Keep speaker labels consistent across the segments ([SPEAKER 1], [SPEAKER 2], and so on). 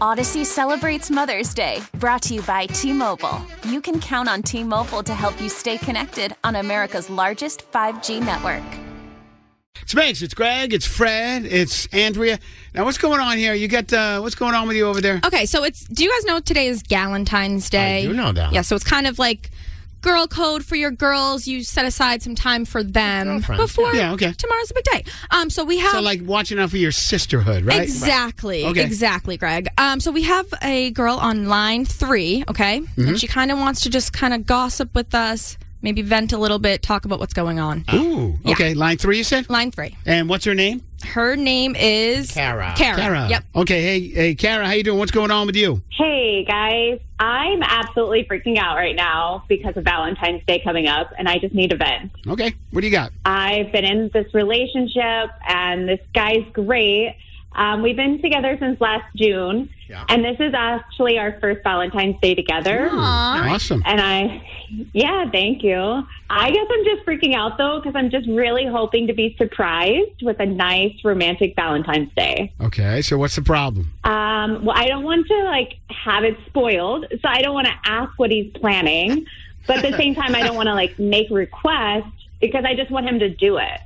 [SPEAKER 1] Odyssey celebrates Mother's Day, brought to you by T Mobile. You can count on T Mobile to help you stay connected on America's largest 5G network.
[SPEAKER 2] It's Max. It's Greg. It's Fred. It's Andrea. Now, what's going on here? You got uh, what's going on with you over there?
[SPEAKER 3] Okay, so it's. Do you guys know today is Galentine's Day?
[SPEAKER 2] I do know that.
[SPEAKER 3] Yeah, so it's kind of like girl code for your girls. You set aside some time for them
[SPEAKER 2] Girlfriends,
[SPEAKER 3] before
[SPEAKER 2] yeah. Yeah, okay.
[SPEAKER 3] tomorrow's a big day. Um, so we have
[SPEAKER 2] So, like watching out for your sisterhood, right?
[SPEAKER 3] Exactly.
[SPEAKER 2] Okay.
[SPEAKER 3] Exactly, Greg. Um, so we have a girl on line three, okay?
[SPEAKER 2] Mm-hmm.
[SPEAKER 3] And she kind of wants to just kind of gossip with us, maybe vent a little bit, talk about what's going on.
[SPEAKER 2] Ooh. Okay. Line three, you said.
[SPEAKER 3] Line three.
[SPEAKER 2] And what's her name?
[SPEAKER 3] Her name is Kara. Kara.
[SPEAKER 2] Kara.
[SPEAKER 3] Yep.
[SPEAKER 2] Okay. Hey, hey, Kara. How you doing? What's going on with you?
[SPEAKER 4] Hey guys, I'm absolutely freaking out right now because of Valentine's Day coming up and I just need a vent.
[SPEAKER 2] Okay. What do you got?
[SPEAKER 4] I've been in this relationship and this guy's great. Um, we've been together since last June
[SPEAKER 2] Yeah.
[SPEAKER 4] and this is actually our first Valentine's Day together.
[SPEAKER 2] Awesome.
[SPEAKER 4] And I, yeah, thank you. I guess I'm just freaking out though because I'm just really hoping to be surprised with a nice romantic Valentine's Day.
[SPEAKER 2] Okay. So, what's the problem?
[SPEAKER 4] Um, well, I don't want to like have it spoiled, so I don't want to ask what he's planning. But at the same time, I don't want to like make requests because I just want him to do it.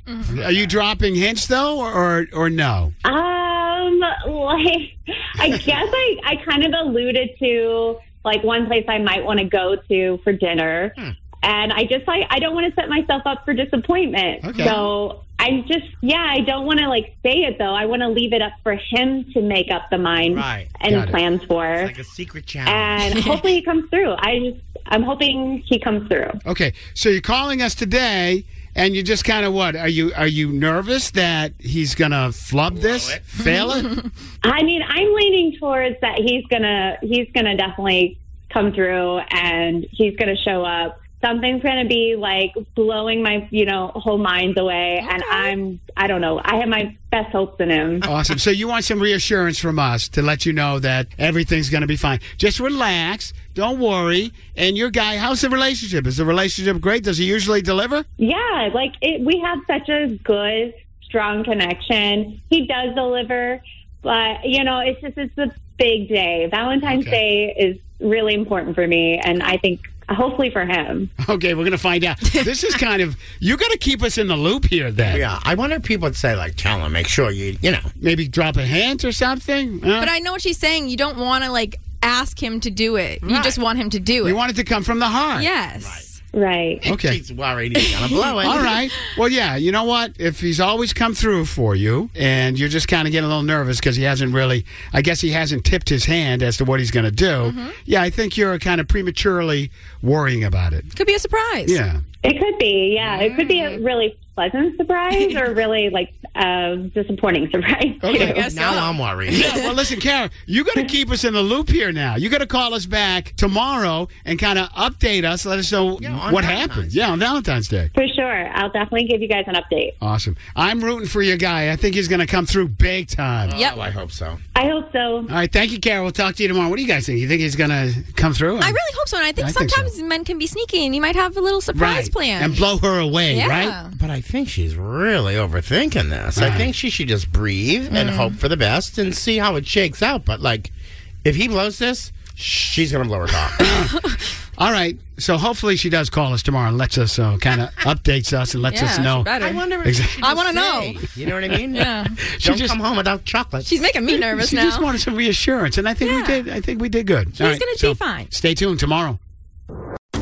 [SPEAKER 2] Are you dropping hints though, or or no?
[SPEAKER 4] Um, like I guess I I kind of alluded to like one place I might want to go to for dinner,
[SPEAKER 5] Hmm.
[SPEAKER 4] and I just like I don't want to set myself up for disappointment.
[SPEAKER 2] Okay.
[SPEAKER 4] So. I just, yeah, I don't want to like say it though. I want to leave it up for him to make up the mind
[SPEAKER 5] Right.
[SPEAKER 2] Got
[SPEAKER 4] and
[SPEAKER 2] it.
[SPEAKER 4] plans for.
[SPEAKER 5] a secret challenge.
[SPEAKER 4] and hopefully he comes through. I just I'm hoping he comes through.
[SPEAKER 2] Okay, so you're calling us today, and you're just kind of what? Are you are you nervous that he's gonna flub this,
[SPEAKER 5] it.
[SPEAKER 2] fail it?
[SPEAKER 4] I mean, I'm leaning towards that he's gonna he's gonna definitely come through and he's gonna show up. Something's gonna be like blowing my you know whole minds away, and I'm I don't know. I have my best hopes in him.
[SPEAKER 2] awesome. So you want some reassurance from us to let you know that everything's gonna be fine. Just relax, don't worry. And your guy, how's the relationship? Is the relationship great? Does he usually deliver?
[SPEAKER 4] Yeah, like it, we have such a good, strong connection. He does deliver, but you know, it's just it's a big day. Valentine's Day is really important for me, and I think hopefully for him.
[SPEAKER 2] Okay, we're gonna find out. this is kind of you got to keep us in the loop here. Then
[SPEAKER 5] yeah, I wonder if people would say like, tell him, make sure you, you know.
[SPEAKER 2] maybe drop a hint or something. Huh?
[SPEAKER 3] But I know what she's saying. You don't want to, like, ask him to do it. You just want him to do it.
[SPEAKER 2] you want it to come from the heart.
[SPEAKER 3] yes.
[SPEAKER 4] Right.
[SPEAKER 2] Okay.
[SPEAKER 5] He's worried he's gonna blow it.
[SPEAKER 2] All right. Well, yeah. You know what? If he's always come through for you, and you're just kind of getting a little nervous because he hasn't really, I guess he hasn't tipped his hand as to what he's going to do.
[SPEAKER 5] Mm-hmm.
[SPEAKER 2] Yeah, I think you're kind of prematurely worrying about it.
[SPEAKER 3] Could be a surprise.
[SPEAKER 2] Yeah.
[SPEAKER 4] It could be, yeah. It could be a really pleasant surprise or really like a disappointing surprise. too.
[SPEAKER 2] Okay.
[SPEAKER 5] Now I'm worried.
[SPEAKER 2] Yeah, well, listen, Kara, you got to keep us in the loop here now. You got to call us back tomorrow and kind of update us, let us know
[SPEAKER 5] Yeah, on
[SPEAKER 2] what
[SPEAKER 5] Valentine's.
[SPEAKER 2] happened. Yeah, on Valentine's Day.
[SPEAKER 4] For sure. I'll definitely give you guys an update.
[SPEAKER 2] Awesome. I'm rooting for your guy. I think he's going to come through big time.
[SPEAKER 3] Yep.
[SPEAKER 5] Oh, I hope so.
[SPEAKER 4] I hope so.
[SPEAKER 2] All right, thank you, Kara. We'll talk to you tomorrow. What do you guys think? You think he's going to come through?
[SPEAKER 3] I really hope so. And I think
[SPEAKER 2] I think so.
[SPEAKER 3] sometimes men can be sneaky and he might have a little surprise planned.
[SPEAKER 2] and blow her away,
[SPEAKER 3] yeah.
[SPEAKER 2] right?
[SPEAKER 5] But I think she's really overthinking this. I think she should just breathe and hope for the best and see how it shakes out. But like, if he blows this, she's gonna blow her top.
[SPEAKER 2] All right. So hopefully she does call us tomorrow and lets us uh, kind of updates us and lets
[SPEAKER 3] Yeah,
[SPEAKER 2] us
[SPEAKER 3] she
[SPEAKER 2] know.
[SPEAKER 3] better.
[SPEAKER 5] I wonder. If
[SPEAKER 2] Exactly.
[SPEAKER 5] she
[SPEAKER 3] I
[SPEAKER 5] just
[SPEAKER 3] wanna know.
[SPEAKER 5] say, You know what I mean?
[SPEAKER 3] Yeah.
[SPEAKER 2] She
[SPEAKER 5] Don't
[SPEAKER 2] just-
[SPEAKER 5] come home without chocolate.
[SPEAKER 3] She's making me nervous
[SPEAKER 2] She
[SPEAKER 3] now.
[SPEAKER 2] just wanted some reassurance, and I think we
[SPEAKER 3] Yeah.
[SPEAKER 2] did. I think we did good. She's
[SPEAKER 3] gonna be fine.
[SPEAKER 2] Stay tuned tomorrow.